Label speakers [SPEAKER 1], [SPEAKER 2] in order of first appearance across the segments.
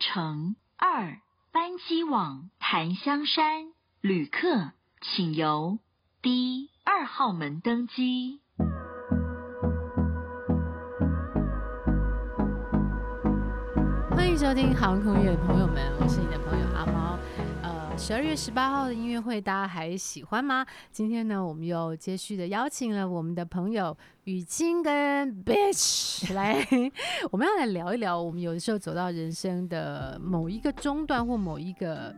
[SPEAKER 1] 乘二班机往檀香山，旅客请由 D 二号门登机。
[SPEAKER 2] 欢迎收听航空乐的朋友们，我是你的朋友阿猫。呃，十二月十八号的音乐会大家还喜欢吗？今天呢，我们又接续的邀请了我们的朋友雨清跟 Bitch 来，我们要来聊一聊，我们有的时候走到人生的某一个中段或某一个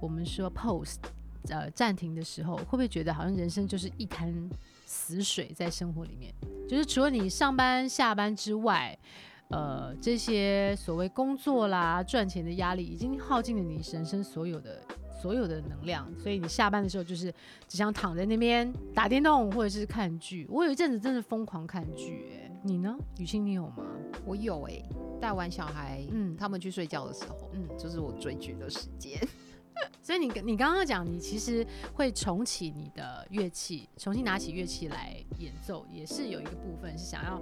[SPEAKER 2] 我们说 pose 呃暂停的时候，会不会觉得好像人生就是一滩死水在生活里面？就是除了你上班下班之外，呃，这些所谓工作啦、赚钱的压力，已经耗尽了你人生所有的所有的能量，所以你下班的时候就是只想躺在那边打电动或者是看剧。我有一阵子真的疯狂看剧、欸，你呢？雨欣，你有吗？
[SPEAKER 3] 我有哎、带完小孩，
[SPEAKER 2] 嗯
[SPEAKER 3] 嗯，他们去睡觉的时候，
[SPEAKER 2] 嗯
[SPEAKER 3] 嗯，就是我追剧的时间。
[SPEAKER 2] 所以你你刚刚讲，你其实会重启你的乐器，重新拿起乐器来演奏，也是有一个部分是想要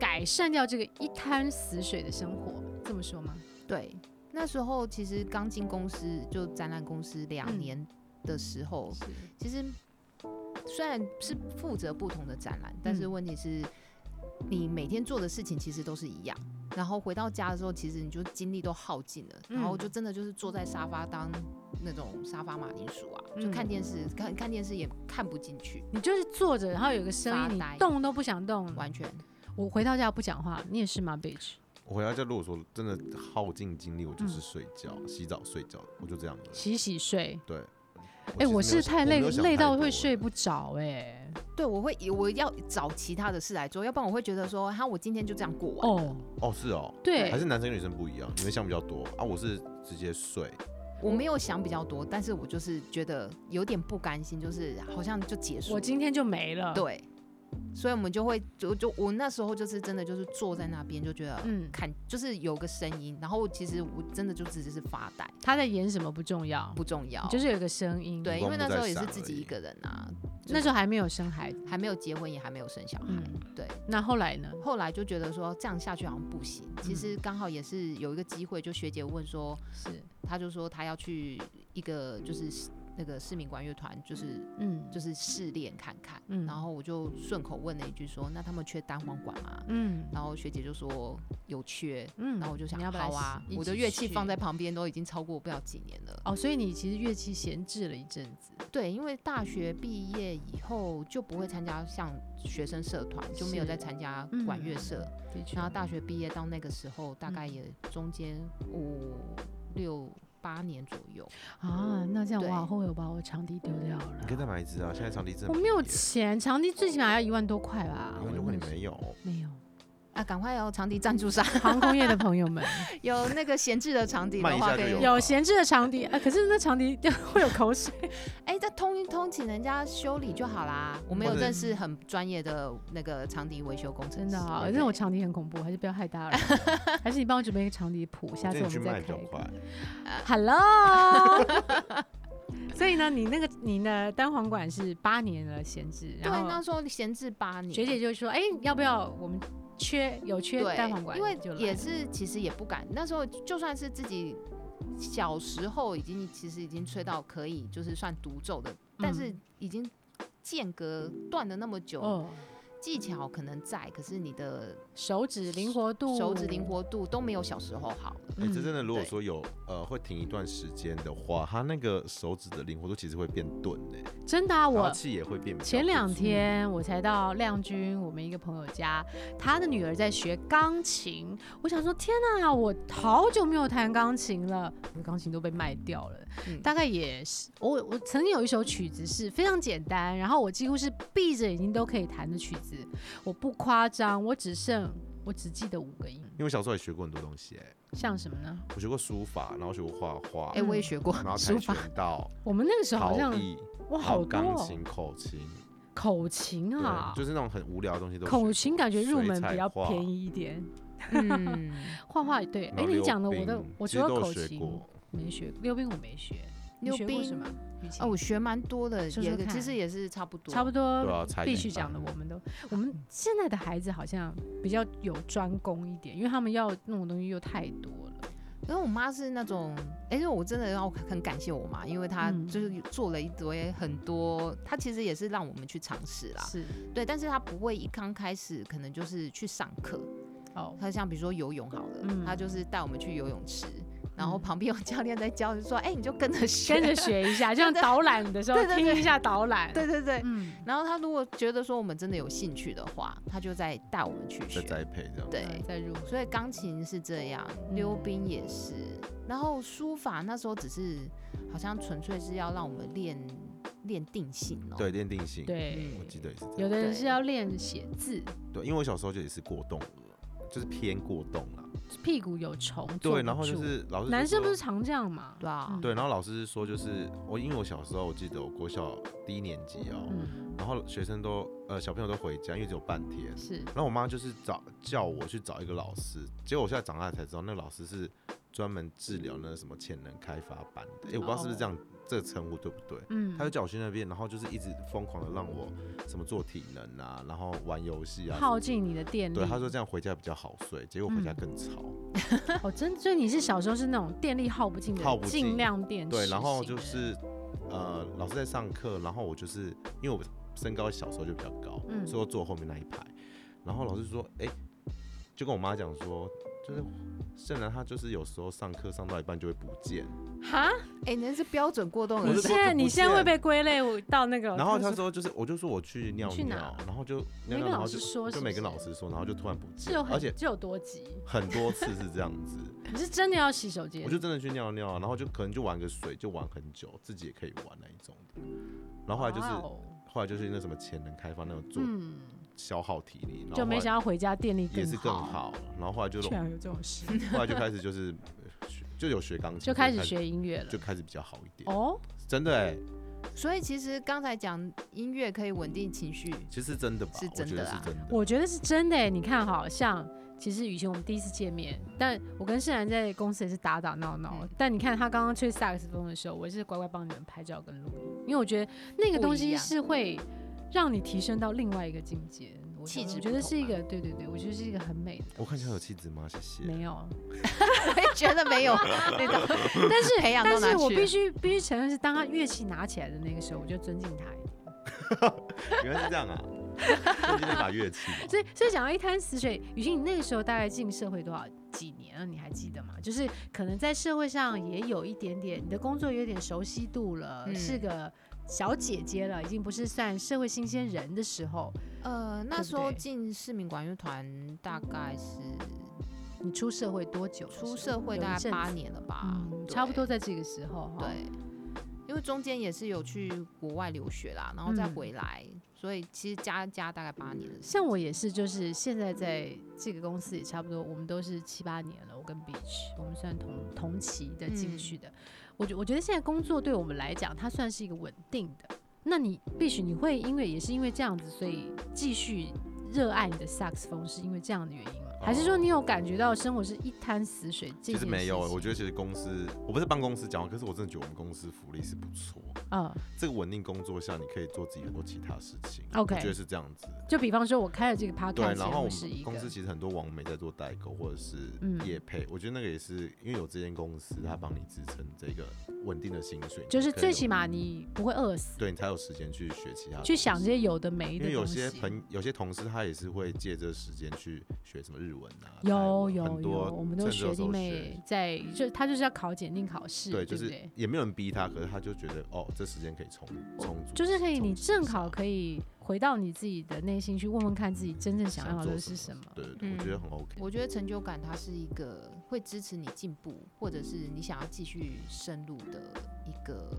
[SPEAKER 2] 改善掉这个一滩死水的生活，这么说吗？
[SPEAKER 3] 对，那时候其实刚进公司，就展览公司两
[SPEAKER 2] 嗯
[SPEAKER 3] 年的时候，
[SPEAKER 2] 是，
[SPEAKER 3] 其实虽然是负责不同的展览，但是
[SPEAKER 2] 嗯
[SPEAKER 3] 问题是，你每天做的事情其实都是一样。然后回到家的时候，其实你就精力都耗尽了，然后
[SPEAKER 2] 嗯
[SPEAKER 3] 就真的就是坐在沙发当那种沙发马铃薯啊，就
[SPEAKER 2] 嗯
[SPEAKER 3] 看电视，看看电视也看不进去，
[SPEAKER 2] 你就是坐着，然后有个声
[SPEAKER 3] 发
[SPEAKER 2] 音，你
[SPEAKER 3] 呆
[SPEAKER 2] 动都不想动。
[SPEAKER 3] 完全
[SPEAKER 2] 我回到家不讲话，你也是吗，bitch？
[SPEAKER 4] 我回到家，如果说真
[SPEAKER 2] 嗯
[SPEAKER 4] 的耗尽精力，我就是睡觉、洗澡、睡觉，我就这样的。
[SPEAKER 2] 洗洗睡。
[SPEAKER 4] 对，
[SPEAKER 2] 哎、我
[SPEAKER 4] 其实没
[SPEAKER 2] 是
[SPEAKER 4] 有想
[SPEAKER 2] 太
[SPEAKER 4] 我没
[SPEAKER 2] 累，
[SPEAKER 4] 有想
[SPEAKER 2] 累
[SPEAKER 4] 太
[SPEAKER 2] 到
[SPEAKER 4] 多
[SPEAKER 2] 会
[SPEAKER 4] 了
[SPEAKER 2] 睡不着哎、
[SPEAKER 3] 对，我会以我要找其他的事来做，要不然我会觉得说，哈，我今天就这样过完。
[SPEAKER 2] 哦，
[SPEAKER 4] 哦，是哦，
[SPEAKER 2] 对
[SPEAKER 4] 还是男生跟女生不一样，你们想比较多啊。我是直接睡，
[SPEAKER 3] 我没有想比较多，但是我就是觉得有点不甘心，就是好像就结束了。
[SPEAKER 2] 我今天就没了。，
[SPEAKER 3] 对，所以我们就会就就我那时候就是真的就是坐在那边就觉得。
[SPEAKER 2] 嗯，
[SPEAKER 3] 看，就是有个声音，然后其实我真的就只是发呆，
[SPEAKER 2] 他在演什么不重要，
[SPEAKER 3] 不重要。
[SPEAKER 2] 就是有个声音。
[SPEAKER 3] 对，
[SPEAKER 4] 光
[SPEAKER 3] 因为那
[SPEAKER 4] 幕
[SPEAKER 3] 时
[SPEAKER 4] 在
[SPEAKER 3] 候也是
[SPEAKER 4] 闪
[SPEAKER 3] 自己
[SPEAKER 4] 而
[SPEAKER 3] 一
[SPEAKER 4] 已
[SPEAKER 3] 个人啊，
[SPEAKER 2] 那时候还没有生孩子。
[SPEAKER 3] 还没有结婚，也还没有生小孩。
[SPEAKER 2] 嗯，
[SPEAKER 3] 对。
[SPEAKER 2] 那后来呢？
[SPEAKER 3] 后来就觉得说这样下去好像不行，
[SPEAKER 2] 嗯
[SPEAKER 3] 其实刚好也是有一个机会，就学姐问说，
[SPEAKER 2] 是，
[SPEAKER 3] 她就说她要去一个就是那个市民管乐团，就是
[SPEAKER 2] 嗯，
[SPEAKER 3] 就是试练看看。
[SPEAKER 2] 嗯
[SPEAKER 3] 然后我就顺口问了一句说，那他们缺单簧管吗？
[SPEAKER 2] 嗯
[SPEAKER 3] 然后学姐就说有缺，
[SPEAKER 2] 嗯，
[SPEAKER 3] 然后我就想
[SPEAKER 2] 你要不要
[SPEAKER 3] 好
[SPEAKER 2] 来
[SPEAKER 3] 啊
[SPEAKER 2] 一，
[SPEAKER 3] 我的
[SPEAKER 2] 起
[SPEAKER 3] 乐器
[SPEAKER 2] 去
[SPEAKER 3] 放在。旁边都已经超过不了几年了。
[SPEAKER 2] 哦，所以你其实乐器闲置了一阵子，
[SPEAKER 3] 对，因为大学毕业以后就不会参加像学生社团，就没有
[SPEAKER 2] 是
[SPEAKER 3] 再参加管乐社。
[SPEAKER 2] 的确
[SPEAKER 3] 然，后大学毕业到那个时候，大概
[SPEAKER 2] 嗯
[SPEAKER 3] 也中间五六八年左右。
[SPEAKER 2] 啊，那这样我
[SPEAKER 3] 对
[SPEAKER 2] 好后悔，我把我长笛丢掉了。
[SPEAKER 4] 你可以再买一只啊。现在场地真的
[SPEAKER 2] 我
[SPEAKER 4] 很
[SPEAKER 2] 没有
[SPEAKER 4] 便宜耶
[SPEAKER 2] 钱，长笛最起码要一万多块吧。
[SPEAKER 4] 我
[SPEAKER 2] 我
[SPEAKER 4] 就问
[SPEAKER 2] 那
[SPEAKER 4] 你
[SPEAKER 2] 时
[SPEAKER 4] 没有，
[SPEAKER 2] 没有。
[SPEAKER 3] 啊，赶快哦，长笛赞助商
[SPEAKER 2] 航空业的朋友们，
[SPEAKER 3] 有那个闲置的长笛
[SPEAKER 4] 卖
[SPEAKER 3] 的
[SPEAKER 4] 一
[SPEAKER 3] 话，
[SPEAKER 4] 下
[SPEAKER 3] 可
[SPEAKER 4] 就
[SPEAKER 3] 以
[SPEAKER 4] 有
[SPEAKER 2] 有闲置的长笛，啊，可是那长笛 会有口 水。
[SPEAKER 3] 哎，再通一通，请人家修理就好啦。我们有
[SPEAKER 4] 或者
[SPEAKER 3] 认识很专业的那个长笛维修工程
[SPEAKER 2] 真
[SPEAKER 3] 师，
[SPEAKER 2] 的啊，
[SPEAKER 3] 对
[SPEAKER 2] 那我长笛很恐怖，还是不要害大 家了。还是你帮我准备一个长笛谱，下次
[SPEAKER 4] 我建
[SPEAKER 2] 我
[SPEAKER 4] 议去
[SPEAKER 2] 们再
[SPEAKER 4] 卖比
[SPEAKER 2] 开
[SPEAKER 4] 较
[SPEAKER 2] 一个。
[SPEAKER 4] 快。 哎
[SPEAKER 2] Hello 。 所以呢，你那个你的单簧管是八年了闲置，
[SPEAKER 3] 对，
[SPEAKER 2] 然
[SPEAKER 3] 那
[SPEAKER 2] 后
[SPEAKER 3] 时候闲置八年，
[SPEAKER 2] 学姐就说：“哎，要不要我们缺有缺
[SPEAKER 3] 对，
[SPEAKER 2] 单簧管？”
[SPEAKER 3] 因为
[SPEAKER 2] 就来
[SPEAKER 3] 也
[SPEAKER 2] 了
[SPEAKER 3] 是其实也不敢，那时候就算是自己小时候已经其实已经吹到可以就是算独奏的，但是
[SPEAKER 2] 嗯
[SPEAKER 3] 已经间隔断了那么久，
[SPEAKER 2] 哦，
[SPEAKER 3] 技巧可能在，可是你的
[SPEAKER 2] 手指灵活度，
[SPEAKER 3] 手指灵活度都没有小时候好了。
[SPEAKER 4] 哎、这
[SPEAKER 2] 嗯
[SPEAKER 4] 真的，如果
[SPEAKER 3] 对
[SPEAKER 4] 说有呃会停一段时间的话，它那个手指的灵活度其实会变钝的、
[SPEAKER 2] 真的啊，
[SPEAKER 4] 然后
[SPEAKER 2] 我
[SPEAKER 4] 气也会变比较
[SPEAKER 2] 前两
[SPEAKER 4] 不足
[SPEAKER 2] 天我才到亮君我们一个朋友家，他的女儿在学钢琴。我想说，天哪，我好久没有弹钢琴了，我的钢琴都被卖掉了。
[SPEAKER 3] 嗯
[SPEAKER 2] 大概也是我我曾经有一首曲子是非常简单，然后我几乎是闭着眼睛都可以弹的曲子，我不夸张，我只剩我只记得五个音，
[SPEAKER 4] 因为我小时候也学过很多东西、哎，
[SPEAKER 2] 像什么呢？
[SPEAKER 4] 我学过书法，然后学过画画，
[SPEAKER 3] 哎、
[SPEAKER 2] 嗯
[SPEAKER 3] 我也学过，
[SPEAKER 4] 然 后
[SPEAKER 2] 书
[SPEAKER 4] 跆
[SPEAKER 2] 法
[SPEAKER 4] 拳道、
[SPEAKER 2] 我们那个时候好
[SPEAKER 4] 陶
[SPEAKER 2] 像
[SPEAKER 4] 艺，
[SPEAKER 2] 哇
[SPEAKER 4] 还
[SPEAKER 2] 好
[SPEAKER 4] 有
[SPEAKER 2] 多、
[SPEAKER 4] 钢
[SPEAKER 2] 哦、
[SPEAKER 4] 琴、口琴，
[SPEAKER 2] 口琴啊
[SPEAKER 4] 对，，就是那种很无聊的东西都学过。
[SPEAKER 2] 口琴感觉入
[SPEAKER 4] 水
[SPEAKER 2] 门
[SPEAKER 4] 彩
[SPEAKER 2] 比较
[SPEAKER 4] 画
[SPEAKER 2] 便宜一点。
[SPEAKER 3] 嗯，
[SPEAKER 2] 画画也对，
[SPEAKER 4] 然
[SPEAKER 2] 哎、
[SPEAKER 4] 后
[SPEAKER 2] 你
[SPEAKER 4] 溜
[SPEAKER 2] 讲的我
[SPEAKER 4] 冰
[SPEAKER 2] 都，我
[SPEAKER 4] 其
[SPEAKER 2] 除
[SPEAKER 4] 实
[SPEAKER 2] 了
[SPEAKER 4] 都有
[SPEAKER 2] 口
[SPEAKER 4] 学
[SPEAKER 2] 琴
[SPEAKER 4] 过。
[SPEAKER 2] 没学，溜冰我没学，你
[SPEAKER 3] 溜
[SPEAKER 2] 学过什
[SPEAKER 3] 冰
[SPEAKER 2] 么？雨
[SPEAKER 3] 啊，
[SPEAKER 2] 晴
[SPEAKER 3] 我学蛮多的，
[SPEAKER 2] 说
[SPEAKER 3] 也
[SPEAKER 2] 说看
[SPEAKER 3] 其实也是差不多，
[SPEAKER 2] 差不
[SPEAKER 4] 对
[SPEAKER 2] 多
[SPEAKER 4] 啊，才
[SPEAKER 2] 必
[SPEAKER 4] 艺
[SPEAKER 2] 须
[SPEAKER 4] 班
[SPEAKER 2] 讲的，我们都，我们现在的孩子好像比较有专攻一点，因为他们要弄的东西又太多了。
[SPEAKER 3] 因为我妈是那种，哎、因为我真的要很感谢我妈，因为她
[SPEAKER 2] 嗯
[SPEAKER 3] 就是做了一堆很多，她其实也是让我们去尝试啦，
[SPEAKER 2] 是
[SPEAKER 3] 对，但是她不会一刚开始可能就是去上课，
[SPEAKER 2] 哦，
[SPEAKER 3] 她像比如说游泳好了，
[SPEAKER 2] 嗯
[SPEAKER 3] 她就是带我们去游泳池，然后
[SPEAKER 2] 嗯
[SPEAKER 3] 旁边有教练在教，就说，哎、你就跟着学，
[SPEAKER 2] 跟着，学一下，就像
[SPEAKER 3] 真的
[SPEAKER 2] 导览的时候
[SPEAKER 3] 对对对
[SPEAKER 2] 听一下导览，
[SPEAKER 3] 对对对。
[SPEAKER 2] 嗯，
[SPEAKER 3] 然后她如果觉得说我们真的有兴趣的话，她就在带我们去
[SPEAKER 4] 再
[SPEAKER 3] 学，
[SPEAKER 4] 栽培这样。
[SPEAKER 3] 对，
[SPEAKER 2] 呃再入
[SPEAKER 3] 所以钢琴是这样，
[SPEAKER 2] 嗯
[SPEAKER 3] 溜冰也是，然后书法那时候只是好像纯粹是要让我们练练定性哦、
[SPEAKER 4] 对，练定性。
[SPEAKER 2] 对，
[SPEAKER 4] 我记得也是这样。
[SPEAKER 2] 有的人是
[SPEAKER 3] 对
[SPEAKER 2] 要练写字，
[SPEAKER 4] 对，因为我小时候就也是过动儿，就是偏过动啦。
[SPEAKER 2] 屁股有虫，坐
[SPEAKER 4] 对，
[SPEAKER 2] 不
[SPEAKER 4] 然后就
[SPEAKER 2] 住
[SPEAKER 4] 是老师
[SPEAKER 2] 男生不是
[SPEAKER 4] 说
[SPEAKER 2] 常这样嘛？
[SPEAKER 3] 对啊，
[SPEAKER 4] 对，然后老师是说就是我，因为我小时候我记得我国小低年级哦，
[SPEAKER 2] 嗯，
[SPEAKER 4] 然后学生都呃小朋友都回家，因为只有半天。
[SPEAKER 2] 是
[SPEAKER 4] 然后我妈就是找叫我去找一个老师，结果我现在长大才知道，那个老师是专门治疗那个什么潜能开发班的。哎、我不知道是不是这
[SPEAKER 2] 哦
[SPEAKER 4] 样，这个称呼对不对？
[SPEAKER 2] 嗯，
[SPEAKER 4] 他就叫我去那边，然后就是一直疯狂的让我什么做体能啊，然后玩游戏啊。
[SPEAKER 2] 耗尽你的电力。
[SPEAKER 4] 对，他说这样回家比较好睡，结果回家
[SPEAKER 2] 嗯
[SPEAKER 4] 更吵。
[SPEAKER 2] 哦，真，所以你是小时候是那种电力耗不尽的人，
[SPEAKER 4] 耗不
[SPEAKER 2] 尽
[SPEAKER 4] 尽
[SPEAKER 2] 量电池
[SPEAKER 4] 对，
[SPEAKER 2] 型的人。
[SPEAKER 4] 然后就是呃，老师在上课，然后我就是因为我身高小时候就比较高，
[SPEAKER 2] 嗯
[SPEAKER 4] 所以我坐后面那一排。然后老师说，哎、就跟我妈讲说，就是盛然他就是有时候上课上到一半就会不见，
[SPEAKER 2] 哈，
[SPEAKER 3] 哎、你那是标准过动
[SPEAKER 4] 我
[SPEAKER 2] 你
[SPEAKER 4] 就
[SPEAKER 3] 儿
[SPEAKER 4] 说
[SPEAKER 2] 现在
[SPEAKER 4] 怎么
[SPEAKER 2] 你现在会
[SPEAKER 4] 见
[SPEAKER 2] 被归类到那个，
[SPEAKER 4] 然后他
[SPEAKER 2] 就是
[SPEAKER 4] 说就是我就说我去尿
[SPEAKER 2] 去
[SPEAKER 4] 尿
[SPEAKER 2] 哪，
[SPEAKER 4] 然后就
[SPEAKER 2] 没
[SPEAKER 4] 尿尿，
[SPEAKER 2] 跟
[SPEAKER 4] 然
[SPEAKER 2] 老
[SPEAKER 4] 后
[SPEAKER 2] 师
[SPEAKER 4] 就
[SPEAKER 2] 说是
[SPEAKER 4] 就
[SPEAKER 2] 不
[SPEAKER 4] 没跟
[SPEAKER 2] 是
[SPEAKER 4] 老师说，然后就突然不
[SPEAKER 2] 是
[SPEAKER 4] 见
[SPEAKER 2] 有，
[SPEAKER 4] 而且
[SPEAKER 2] 很，。是有多急，
[SPEAKER 4] 很多次是这样 子，
[SPEAKER 2] 你是真的要洗手间？
[SPEAKER 4] 我就真的去尿尿啊，然后就可能就玩个水，就玩很久，自己也可以玩那一种的。然后后来就是
[SPEAKER 2] 哇哦
[SPEAKER 4] 后来就是那什么潜能开发那种做
[SPEAKER 2] 嗯，
[SPEAKER 4] 消耗体力，然后
[SPEAKER 2] 就没
[SPEAKER 4] 后来
[SPEAKER 2] 想到回家电力
[SPEAKER 4] 也是更，好，然后后来就
[SPEAKER 2] 居然有这种事，
[SPEAKER 4] 后来就开始就是呃学就有学钢琴，
[SPEAKER 2] 就开始学音乐了
[SPEAKER 4] 就。开始比较好一点，
[SPEAKER 2] 哦，
[SPEAKER 4] 真的哎、
[SPEAKER 3] 所以其实刚才讲音乐可以稳定情 绪，
[SPEAKER 4] 其实真的吧，
[SPEAKER 3] 是真的
[SPEAKER 4] 我觉得
[SPEAKER 3] 啦
[SPEAKER 4] 是真的，
[SPEAKER 2] 我觉得是真的欸。你看，好像其实以前我们第一次见面，但我跟盛然在公司也是打打闹闹。
[SPEAKER 3] 嗯
[SPEAKER 2] 但你看他刚刚吹萨克斯风的时候，我也是乖乖帮你们拍照跟录音，因为我觉得那个东
[SPEAKER 3] 不一
[SPEAKER 2] 西
[SPEAKER 3] 样
[SPEAKER 2] 是会让你提升到另外一个境界。我
[SPEAKER 3] 气质
[SPEAKER 2] 我
[SPEAKER 3] 不
[SPEAKER 2] 觉得
[SPEAKER 3] 同
[SPEAKER 2] 是一
[SPEAKER 3] 嘛
[SPEAKER 2] 个，对对对，我觉得是一个很美的
[SPEAKER 4] 我
[SPEAKER 2] 东
[SPEAKER 4] 看起来有
[SPEAKER 2] 西。
[SPEAKER 4] 气质吗？谢谢。
[SPEAKER 2] 没有，
[SPEAKER 3] 我也觉得没有 那种，
[SPEAKER 2] 但是
[SPEAKER 3] 培养
[SPEAKER 2] 但
[SPEAKER 3] 到哪
[SPEAKER 2] 是我
[SPEAKER 3] 去
[SPEAKER 2] 必
[SPEAKER 3] 了
[SPEAKER 2] 须必须承认是，当他乐器拿起来的那个时候，我就尊敬他一点。
[SPEAKER 4] 原来是 这样啊，最近那把乐器吧，
[SPEAKER 2] 所以，所以讲到一滩死水，雨欣，你那个时候大概进社会多少几年了？你还记得吗？就是可能在社会上也有一点点，你的工作有点熟悉度了，
[SPEAKER 3] 嗯
[SPEAKER 2] 是个小姐姐了，已经不是算社会新鲜人的时候。
[SPEAKER 3] 呃，
[SPEAKER 2] 对
[SPEAKER 3] 那
[SPEAKER 2] 不
[SPEAKER 3] 时候
[SPEAKER 2] 对
[SPEAKER 3] 进市民管乐团大概是
[SPEAKER 2] 你出社会多久的时候？
[SPEAKER 3] 出社会
[SPEAKER 2] 有一
[SPEAKER 3] 大概
[SPEAKER 2] 阵子
[SPEAKER 3] 八，年了吧，
[SPEAKER 2] 嗯，
[SPEAKER 3] 对
[SPEAKER 2] 差不多在这个时候哈。
[SPEAKER 3] 对，因为中间也是有去国外留学啦，然后再回来，所以其实加加大概八年的时间。
[SPEAKER 2] 像我也是，就是现在在这个公司也差不多，我们都是七八年了。我跟 Beach，我们算同同期的进
[SPEAKER 3] 嗯
[SPEAKER 2] 去的。我觉我觉得现在工作对我们来讲，它算是一个稳定的。那你必须你会因为也是因为这样子，所以继续热爱你的萨克斯风，是因为这样的原因吗？还是说你有感觉到生活是一滩死水？这
[SPEAKER 4] 其实
[SPEAKER 2] 件
[SPEAKER 4] 哦没有、
[SPEAKER 2] 事情
[SPEAKER 4] 我觉得其实公司我不是帮公司讲话，可是我真的觉得我们公司福利是不错。
[SPEAKER 2] 嗯，
[SPEAKER 4] 这个稳定工作下，你可以做自己很多其他事情。
[SPEAKER 2] OK
[SPEAKER 4] 我觉得是这样子。
[SPEAKER 2] 就比方说我开了这个 podcast，
[SPEAKER 4] 对，然后我
[SPEAKER 2] 节目是一
[SPEAKER 4] 们
[SPEAKER 2] 个
[SPEAKER 4] 公司其实很多网媒在做代购或者是
[SPEAKER 2] 嗯
[SPEAKER 4] 业配，我觉得那个也是因为有这间公司，它帮你支撑这个稳定的薪水，
[SPEAKER 2] 就是
[SPEAKER 4] 你可以
[SPEAKER 2] 最
[SPEAKER 4] 有嗯
[SPEAKER 2] 起码你不会饿死，
[SPEAKER 4] 对你才有时间去学其他，
[SPEAKER 2] 去想这。些有的没
[SPEAKER 4] 因
[SPEAKER 2] 的
[SPEAKER 4] 为有
[SPEAKER 2] 东西。
[SPEAKER 4] 些朋有些同事他也是会借这个时间去学什么日文啊，
[SPEAKER 2] 有
[SPEAKER 4] 泰文
[SPEAKER 2] 有
[SPEAKER 4] 很
[SPEAKER 2] 有，
[SPEAKER 4] 多
[SPEAKER 2] 我们都
[SPEAKER 4] 趁这
[SPEAKER 2] 学
[SPEAKER 4] 个时
[SPEAKER 2] 弟
[SPEAKER 4] 候
[SPEAKER 2] 妹
[SPEAKER 4] 学
[SPEAKER 2] 在，就他就是要考检定考试，
[SPEAKER 4] 对，
[SPEAKER 2] 对
[SPEAKER 4] 就
[SPEAKER 2] 不
[SPEAKER 4] 是
[SPEAKER 2] 对？
[SPEAKER 4] 也没有人逼他，可是他就觉得哦，这时间可以充充足，
[SPEAKER 2] 就是可以，
[SPEAKER 4] 充
[SPEAKER 2] 你
[SPEAKER 4] 足一
[SPEAKER 2] 正
[SPEAKER 4] 下
[SPEAKER 2] 好可以回到你自己的内心去问问看自己真正想要
[SPEAKER 4] 做
[SPEAKER 2] 的是什么。
[SPEAKER 4] 对对对，我觉得
[SPEAKER 3] 嗯
[SPEAKER 4] 很 OK。
[SPEAKER 3] 我觉得成就感它是一个会支持你进步，或者是你想要继续深入的一个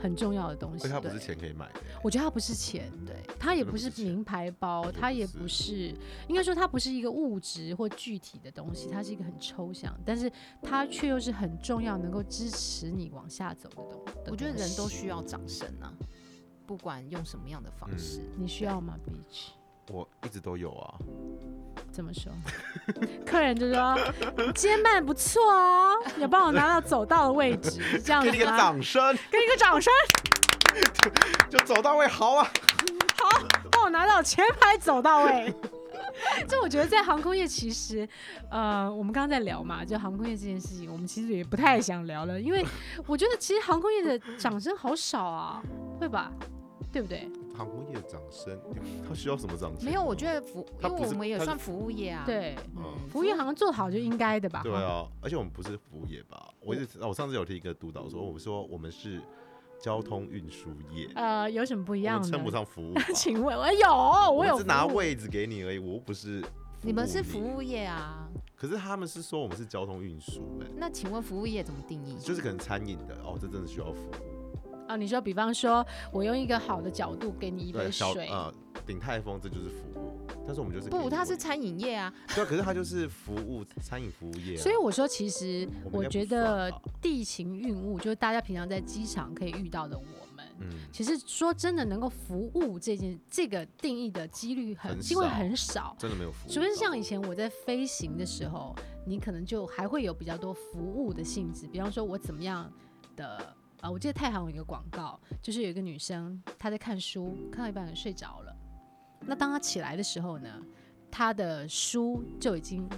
[SPEAKER 2] 很重要的东西
[SPEAKER 4] 所以。它不
[SPEAKER 2] 对
[SPEAKER 4] 是钱可以买的欸，
[SPEAKER 2] 我觉得它不是钱，
[SPEAKER 3] 对。
[SPEAKER 2] 它也
[SPEAKER 4] 真
[SPEAKER 2] 不
[SPEAKER 4] 的不
[SPEAKER 2] 是
[SPEAKER 4] 是钱
[SPEAKER 2] 名牌包，
[SPEAKER 4] 我觉
[SPEAKER 2] 它
[SPEAKER 4] 得
[SPEAKER 2] 也
[SPEAKER 4] 不
[SPEAKER 2] 不
[SPEAKER 4] 是
[SPEAKER 2] 是，应该说它不是一个物质或具体的东西，它是一个很抽象，但是它却又是很重要，能够支持你往下走的东的
[SPEAKER 3] 我觉得
[SPEAKER 2] 东
[SPEAKER 3] 人都
[SPEAKER 2] 西
[SPEAKER 3] 需要掌声啊，不管用什么样的方
[SPEAKER 4] 嗯
[SPEAKER 3] 式。
[SPEAKER 2] 你需要吗，Beach？
[SPEAKER 4] 我一直都有啊。
[SPEAKER 2] 怎么说？ 客人就说：“你今天卖得不错哦，有帮我拿到走道的位 置，是这样子
[SPEAKER 4] 给你个
[SPEAKER 2] 吗？
[SPEAKER 4] 掌声，
[SPEAKER 2] 给你个掌声，
[SPEAKER 4] 就走到位，好啊！
[SPEAKER 2] 帮我拿到前排走道位。” 就我觉得在航空业，其实，呃，我们刚刚在聊嘛，就航空业这件事情，我们其实也不太想聊了，因为我觉得其实航空业的掌声好少啊，会吧？对不对？
[SPEAKER 4] 航空业掌声，他需要什么掌声？
[SPEAKER 3] 没有，我觉得服，
[SPEAKER 4] 它
[SPEAKER 3] 因
[SPEAKER 4] 不
[SPEAKER 3] 为
[SPEAKER 4] 是
[SPEAKER 3] 我们也
[SPEAKER 4] 它是
[SPEAKER 3] 算服务业啊。，
[SPEAKER 2] 对，
[SPEAKER 4] 嗯
[SPEAKER 2] 服务业好像做好就应该的吧？
[SPEAKER 4] 对
[SPEAKER 2] 哈，
[SPEAKER 4] 啊，而且我们不是服务业吧？我一
[SPEAKER 2] 嗯
[SPEAKER 4] 直，啊我上次有听一个督导说，我说我们是交通运输业，
[SPEAKER 2] 呃，有什么不一
[SPEAKER 4] 我
[SPEAKER 2] 样
[SPEAKER 4] 们
[SPEAKER 2] 的。
[SPEAKER 4] 称不？上服务吧
[SPEAKER 2] 请问，我有，我有
[SPEAKER 4] 只拿
[SPEAKER 2] 服务
[SPEAKER 4] 位置给你而已，我又不是。
[SPEAKER 3] 你们是服，务业啊？
[SPEAKER 4] 可是他们是说我们是交通运输，哎，
[SPEAKER 3] 那请问服务业怎么定义？
[SPEAKER 4] 就是可能餐饮的哦，这真的需要服务。
[SPEAKER 2] 啊？你说，比方说，我用一个好的角度给你一杯
[SPEAKER 4] 对，小
[SPEAKER 2] 水，
[SPEAKER 4] 呃，鼎泰丰这就是服务，但是我们就是给
[SPEAKER 3] 不，
[SPEAKER 4] 你
[SPEAKER 3] 它是
[SPEAKER 4] 位置
[SPEAKER 3] 餐饮业啊。
[SPEAKER 4] 对啊，可是它就是服务餐饮服务业啊、
[SPEAKER 2] 所以我说，其实
[SPEAKER 4] 我们
[SPEAKER 2] 我
[SPEAKER 4] 应该
[SPEAKER 2] 觉
[SPEAKER 4] 不算
[SPEAKER 2] 得
[SPEAKER 4] 吧
[SPEAKER 2] 地形运物，就是大家平常在机场可以遇到的我们。
[SPEAKER 4] 嗯，
[SPEAKER 2] 其实说真的，能够服务这件这个定义的几率很，
[SPEAKER 4] 很
[SPEAKER 2] 机会
[SPEAKER 4] 少
[SPEAKER 2] 很少，
[SPEAKER 4] 真的没有服务到，
[SPEAKER 2] 除非是像以前我在飞行的时候，你可能就还会有比较多服务的性质，比方说我怎么样的。啊，我记得太行有一个广告，就是有一个女生她在看书，看到一半睡着了。那当她起来的时候呢，她的书就已经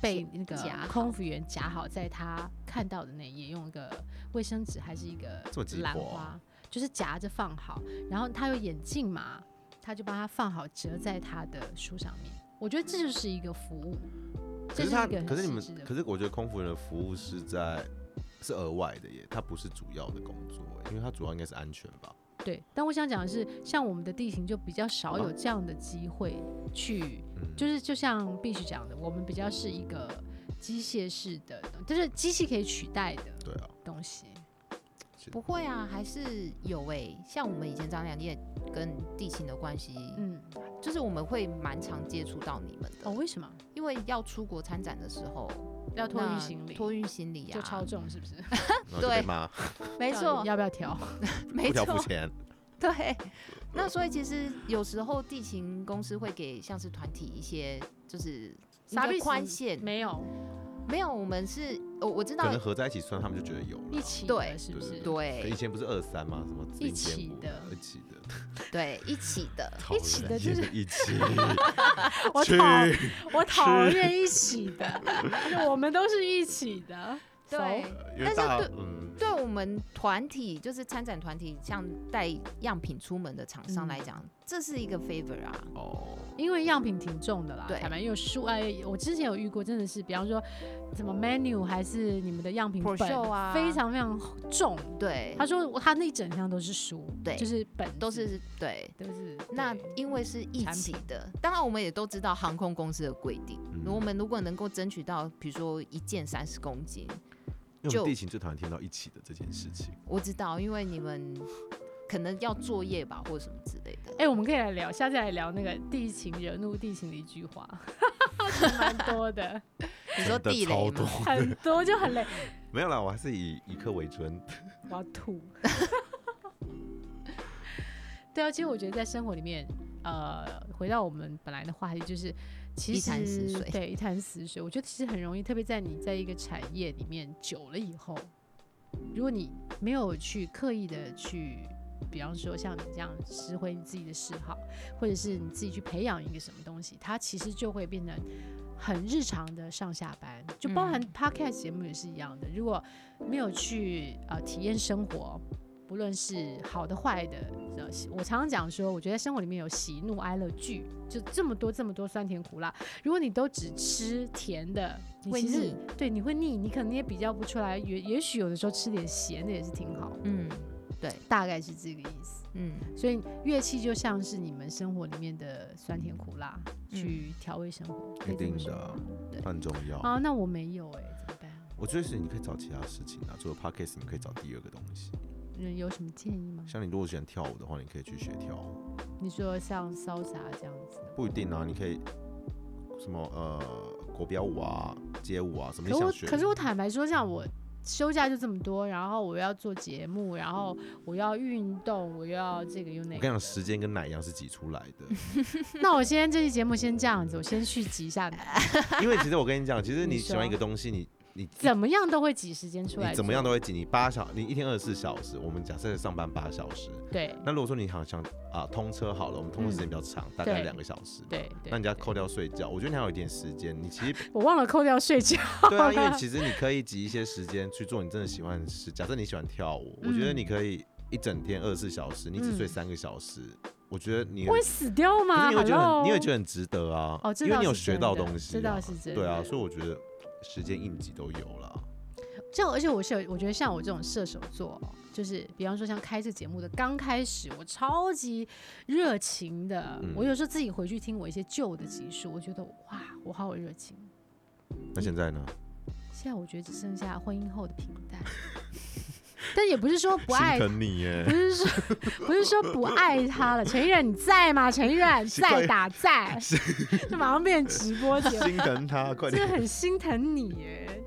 [SPEAKER 2] 被那个
[SPEAKER 3] 夹好
[SPEAKER 2] 空服员夹好，在她看到的那一页，用一个卫生纸还是一个
[SPEAKER 4] 这么急迫
[SPEAKER 2] 兰
[SPEAKER 4] 啊
[SPEAKER 2] 花，就是夹着放好。然后她有眼镜嘛，她就把它放好，折在她的书上面。我觉得这就是一个服务，
[SPEAKER 4] 可
[SPEAKER 2] 这
[SPEAKER 4] 是
[SPEAKER 2] 是
[SPEAKER 4] 他
[SPEAKER 2] 一个很
[SPEAKER 4] 可是你
[SPEAKER 2] 细致
[SPEAKER 4] 们
[SPEAKER 2] 的
[SPEAKER 4] 可是我觉得空服人的服务是在是额外的耶，它不是主要的工作耶，因为它主要应该是安全吧。
[SPEAKER 2] 对。但我想讲的是，像我们的地形就比较少有这样的机会去，
[SPEAKER 4] 嗯，
[SPEAKER 2] 就是就像必须讲的，我们比较是一个机械式的，就是机器可以取代的
[SPEAKER 4] 对 啊，
[SPEAKER 2] 东西。
[SPEAKER 3] 不会啊，还是有哎、像我们以前张良业跟地勤的关系，
[SPEAKER 2] 嗯，
[SPEAKER 3] 就是我们会蛮常接触到你们的，
[SPEAKER 2] 哦，为什么
[SPEAKER 3] 因为要出国参展的时候，
[SPEAKER 2] 要托运
[SPEAKER 3] 那
[SPEAKER 2] 行李？
[SPEAKER 3] 托运行李啊，
[SPEAKER 2] 就超重是不是？
[SPEAKER 4] 然后就
[SPEAKER 3] 对
[SPEAKER 4] 被 骂，
[SPEAKER 3] 没
[SPEAKER 2] 到
[SPEAKER 3] 错
[SPEAKER 2] 底，要不要调？
[SPEAKER 3] 没
[SPEAKER 4] 不
[SPEAKER 3] 错
[SPEAKER 4] 条，付钱，
[SPEAKER 3] 对，那所以其实有时候地勤公司会给像是团体一些就是一
[SPEAKER 2] 啥
[SPEAKER 3] 个
[SPEAKER 2] 意思
[SPEAKER 3] 宽限，
[SPEAKER 2] 没有
[SPEAKER 3] 没有，我们是我我知道
[SPEAKER 4] 可能合在一起算，他们就觉得有
[SPEAKER 2] 一
[SPEAKER 4] 了。
[SPEAKER 2] 起
[SPEAKER 3] 对
[SPEAKER 2] 的是不是？
[SPEAKER 4] 可
[SPEAKER 3] 对
[SPEAKER 4] 以前不是二三吗？什么
[SPEAKER 2] 一起
[SPEAKER 4] 0.5
[SPEAKER 2] 的
[SPEAKER 4] 一起 的，
[SPEAKER 3] 对一起 的，
[SPEAKER 4] 讨
[SPEAKER 2] 起
[SPEAKER 4] 人
[SPEAKER 2] 的就是
[SPEAKER 4] 厌 一起
[SPEAKER 2] 我
[SPEAKER 4] 去
[SPEAKER 2] 讨 我讨厌一起的，就我们都是一起的。
[SPEAKER 3] 对。
[SPEAKER 2] 走，
[SPEAKER 4] 因
[SPEAKER 3] 但
[SPEAKER 4] 为
[SPEAKER 3] 是
[SPEAKER 4] 大
[SPEAKER 3] 对
[SPEAKER 4] 嗯，
[SPEAKER 3] 对我们团体，就是参展团体，像带样品出门的厂
[SPEAKER 2] 嗯
[SPEAKER 3] 商来讲，这是一个 favor 啊。
[SPEAKER 4] 哦，
[SPEAKER 2] 因为样品挺重的啦，
[SPEAKER 3] 对
[SPEAKER 2] 坦白因为书哎，我之前有遇过，真的是，比方说什么 menu 还是你们的样品
[SPEAKER 3] For
[SPEAKER 2] 本
[SPEAKER 3] show 啊
[SPEAKER 2] 非常非常重。
[SPEAKER 3] 对，
[SPEAKER 2] 他说他那一整箱都是书，
[SPEAKER 3] 对
[SPEAKER 2] 就是本子
[SPEAKER 3] 都是对。
[SPEAKER 2] 都是
[SPEAKER 3] 那
[SPEAKER 2] 对
[SPEAKER 3] 因为是一
[SPEAKER 2] 产
[SPEAKER 3] 起
[SPEAKER 2] 品
[SPEAKER 3] 的，当然我们也都知道航空公司的规定。
[SPEAKER 4] 嗯
[SPEAKER 3] 我们如果能够争取到，比如说一件三十公斤，
[SPEAKER 4] 因为我
[SPEAKER 3] 就
[SPEAKER 4] 们地勤最讨厌听到一起的这件事情。
[SPEAKER 3] 我知道，因为你们可能要作业吧，或者什么之类的。
[SPEAKER 2] 哎、我们可以来聊，下次来聊那个地勤惹怒地勤的一句 话，其实蛮多的，
[SPEAKER 3] 你说
[SPEAKER 4] 真的
[SPEAKER 3] 地雷
[SPEAKER 4] 超
[SPEAKER 3] 吗
[SPEAKER 4] 多？
[SPEAKER 2] 很多就很累，
[SPEAKER 4] 没有啦，我还是以以客为尊。
[SPEAKER 2] 我要吐。 对啊，其实我觉得在生活里面，呃，回到我们本来的话题，就是其
[SPEAKER 3] 一
[SPEAKER 2] 实
[SPEAKER 3] 潭死水
[SPEAKER 2] 对一潭死水。我觉得其实很容易，特别在你在一个产业里面久了以后，如果你没有去刻意的去，比方说像你这样拾回你自己的嗜好，或者是你自己去培养一个什么东西，它其实就会变成很日常的上下班，就包
[SPEAKER 3] 嗯
[SPEAKER 2] 含 podcast 节目也是一样的。如果没有去呃体验生活，不论是好的坏的，呃，喜我常常讲说，我觉得生活里面有喜怒哀乐剧，就这么多这么多酸甜苦辣。如果你都只吃甜的，你
[SPEAKER 3] 会
[SPEAKER 2] 其实
[SPEAKER 3] 腻
[SPEAKER 2] 对你会腻，你可能也比较不出来。也也许有的时候吃点咸的也是挺好，
[SPEAKER 3] 嗯
[SPEAKER 2] 大概是这个意思。
[SPEAKER 3] 嗯，
[SPEAKER 2] 所以乐器就像是你们生活里面的酸甜苦辣，
[SPEAKER 3] 嗯
[SPEAKER 2] 去调味生活，可
[SPEAKER 4] 一
[SPEAKER 2] 以这么
[SPEAKER 4] 定
[SPEAKER 2] 说
[SPEAKER 4] 的
[SPEAKER 2] 吗
[SPEAKER 4] 啊
[SPEAKER 2] 对，
[SPEAKER 4] 很重要。
[SPEAKER 2] 啊，那我没有哎、怎么办？
[SPEAKER 4] 我觉得是你可以找其他事情啊，除了 podcast，你可以找第二个东西。
[SPEAKER 2] 嗯，有什么建议吗？
[SPEAKER 4] 像你如果喜欢跳舞的话，你可以去学跳舞，
[SPEAKER 2] 你说像潇洒这样子的吗，
[SPEAKER 4] 不一定啊，你可以什么呃国标舞啊、街舞啊什么你
[SPEAKER 2] 可我
[SPEAKER 4] 想学。
[SPEAKER 2] 可是我坦白说，像我休假就这么多，然后我要做节目，然后我要运动，我要这个又那
[SPEAKER 4] 我跟你
[SPEAKER 2] 个
[SPEAKER 4] 讲，。时间跟奶一样是挤出来 的，
[SPEAKER 2] 那我今天这期节目先这样子，我先去集一下你。
[SPEAKER 4] 因为其实我跟你讲，其 实
[SPEAKER 2] 你
[SPEAKER 4] 你喜欢一
[SPEAKER 2] 说
[SPEAKER 4] 个东西，你你
[SPEAKER 2] 怎么样都会挤时间出来做，
[SPEAKER 4] 你怎么样都会挤，你八小你一天二十四小时，我们假设上班八小时，
[SPEAKER 2] 对
[SPEAKER 4] 那如果说你好像啊通车好了，我们通车时间比较长，大概
[SPEAKER 2] 嗯对
[SPEAKER 4] 两个小时，
[SPEAKER 2] 对对。
[SPEAKER 4] 那你要
[SPEAKER 2] 对
[SPEAKER 4] 扣掉睡觉，我觉得你还有一点时间，你其实
[SPEAKER 2] 我忘了扣掉睡觉，
[SPEAKER 4] 对啊，因为其实你可以挤一些时间去做你真的喜欢的事。假设你喜欢跳舞，我觉得
[SPEAKER 2] 嗯
[SPEAKER 4] 你可以一整天二十四小时，你只睡
[SPEAKER 2] 嗯
[SPEAKER 4] 三个小时，我觉得你
[SPEAKER 2] 会死掉
[SPEAKER 4] 可
[SPEAKER 2] 吗
[SPEAKER 4] 是你会觉得很，你会
[SPEAKER 2] 得
[SPEAKER 4] 觉得很值得啊，
[SPEAKER 2] 哦这
[SPEAKER 4] 因为
[SPEAKER 2] 倒
[SPEAKER 4] 你有
[SPEAKER 2] 是
[SPEAKER 4] 学
[SPEAKER 2] 真
[SPEAKER 4] 到
[SPEAKER 2] 的
[SPEAKER 4] 东西、啊，
[SPEAKER 2] 这倒是真
[SPEAKER 4] 对啊，
[SPEAKER 2] 的
[SPEAKER 4] 所以我觉得时间应急都有了。
[SPEAKER 2] 就而且我是有我觉得像我这种射手座哦，就是比方说像开这节目的刚开始，我超级热情的，
[SPEAKER 4] 嗯
[SPEAKER 2] 我有时候自己回去听我一些旧的集数，我觉得哇，我好有热情。
[SPEAKER 4] 那现在呢？
[SPEAKER 2] 现在我觉得只剩下婚姻后的平淡， 但也不是说不爱
[SPEAKER 4] 心疼你
[SPEAKER 2] 不
[SPEAKER 4] 耶，
[SPEAKER 2] 是说 不是说不爱他了，陈奕迅你在吗？陈奕迅
[SPEAKER 4] 奇怪
[SPEAKER 2] 在打在，就马上变直 播节目，
[SPEAKER 4] 心疼他，快
[SPEAKER 2] 真的
[SPEAKER 4] 点。
[SPEAKER 2] 很心疼你耶，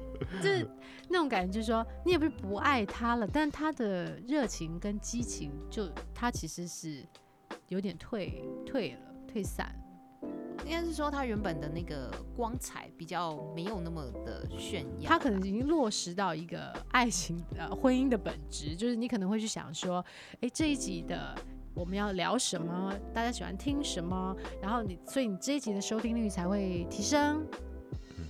[SPEAKER 2] 就是那种感觉，就是说你也不是不爱他了，但他的热情跟激情就，他其实是有点退退了，退散。
[SPEAKER 3] 应该是说他原本的那个光彩比较没有那么的炫耀，
[SPEAKER 2] 他可能已经落实到一个爱情呃婚姻的本质，就是你可能会去想说，哎，这一集的我们要聊什么，大家喜欢听什么，然后你所以你这一集的收听率才会提升。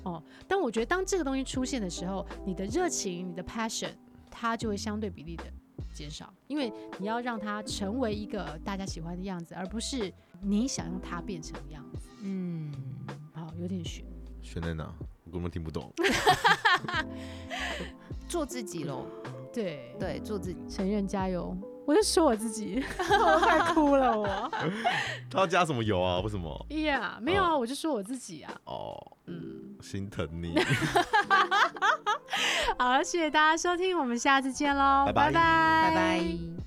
[SPEAKER 2] 哦，但我觉得当这个东西出现的时候，你的热情、你的 passion，它就会相对比例的减少，因为你要让它成为一个大家喜欢的样子，而不是你想让它变成的样子。
[SPEAKER 3] 嗯，
[SPEAKER 2] 好，有点悬。
[SPEAKER 4] 悬在哪？啊我根本听不懂。
[SPEAKER 3] 做自己喽，
[SPEAKER 2] 对
[SPEAKER 3] 对，做自己。
[SPEAKER 2] 承认加油。我就说我自己，我 快哭了我。
[SPEAKER 4] 他要加什么油啊？为什么？
[SPEAKER 2] Yeah，没有啊，我就说我自己啊。
[SPEAKER 4] 哦，
[SPEAKER 2] 嗯，
[SPEAKER 4] 心疼你。
[SPEAKER 2] 好，谢谢大家收听，我们下次见喽，
[SPEAKER 4] 拜
[SPEAKER 2] 拜
[SPEAKER 4] 拜
[SPEAKER 3] 拜拜。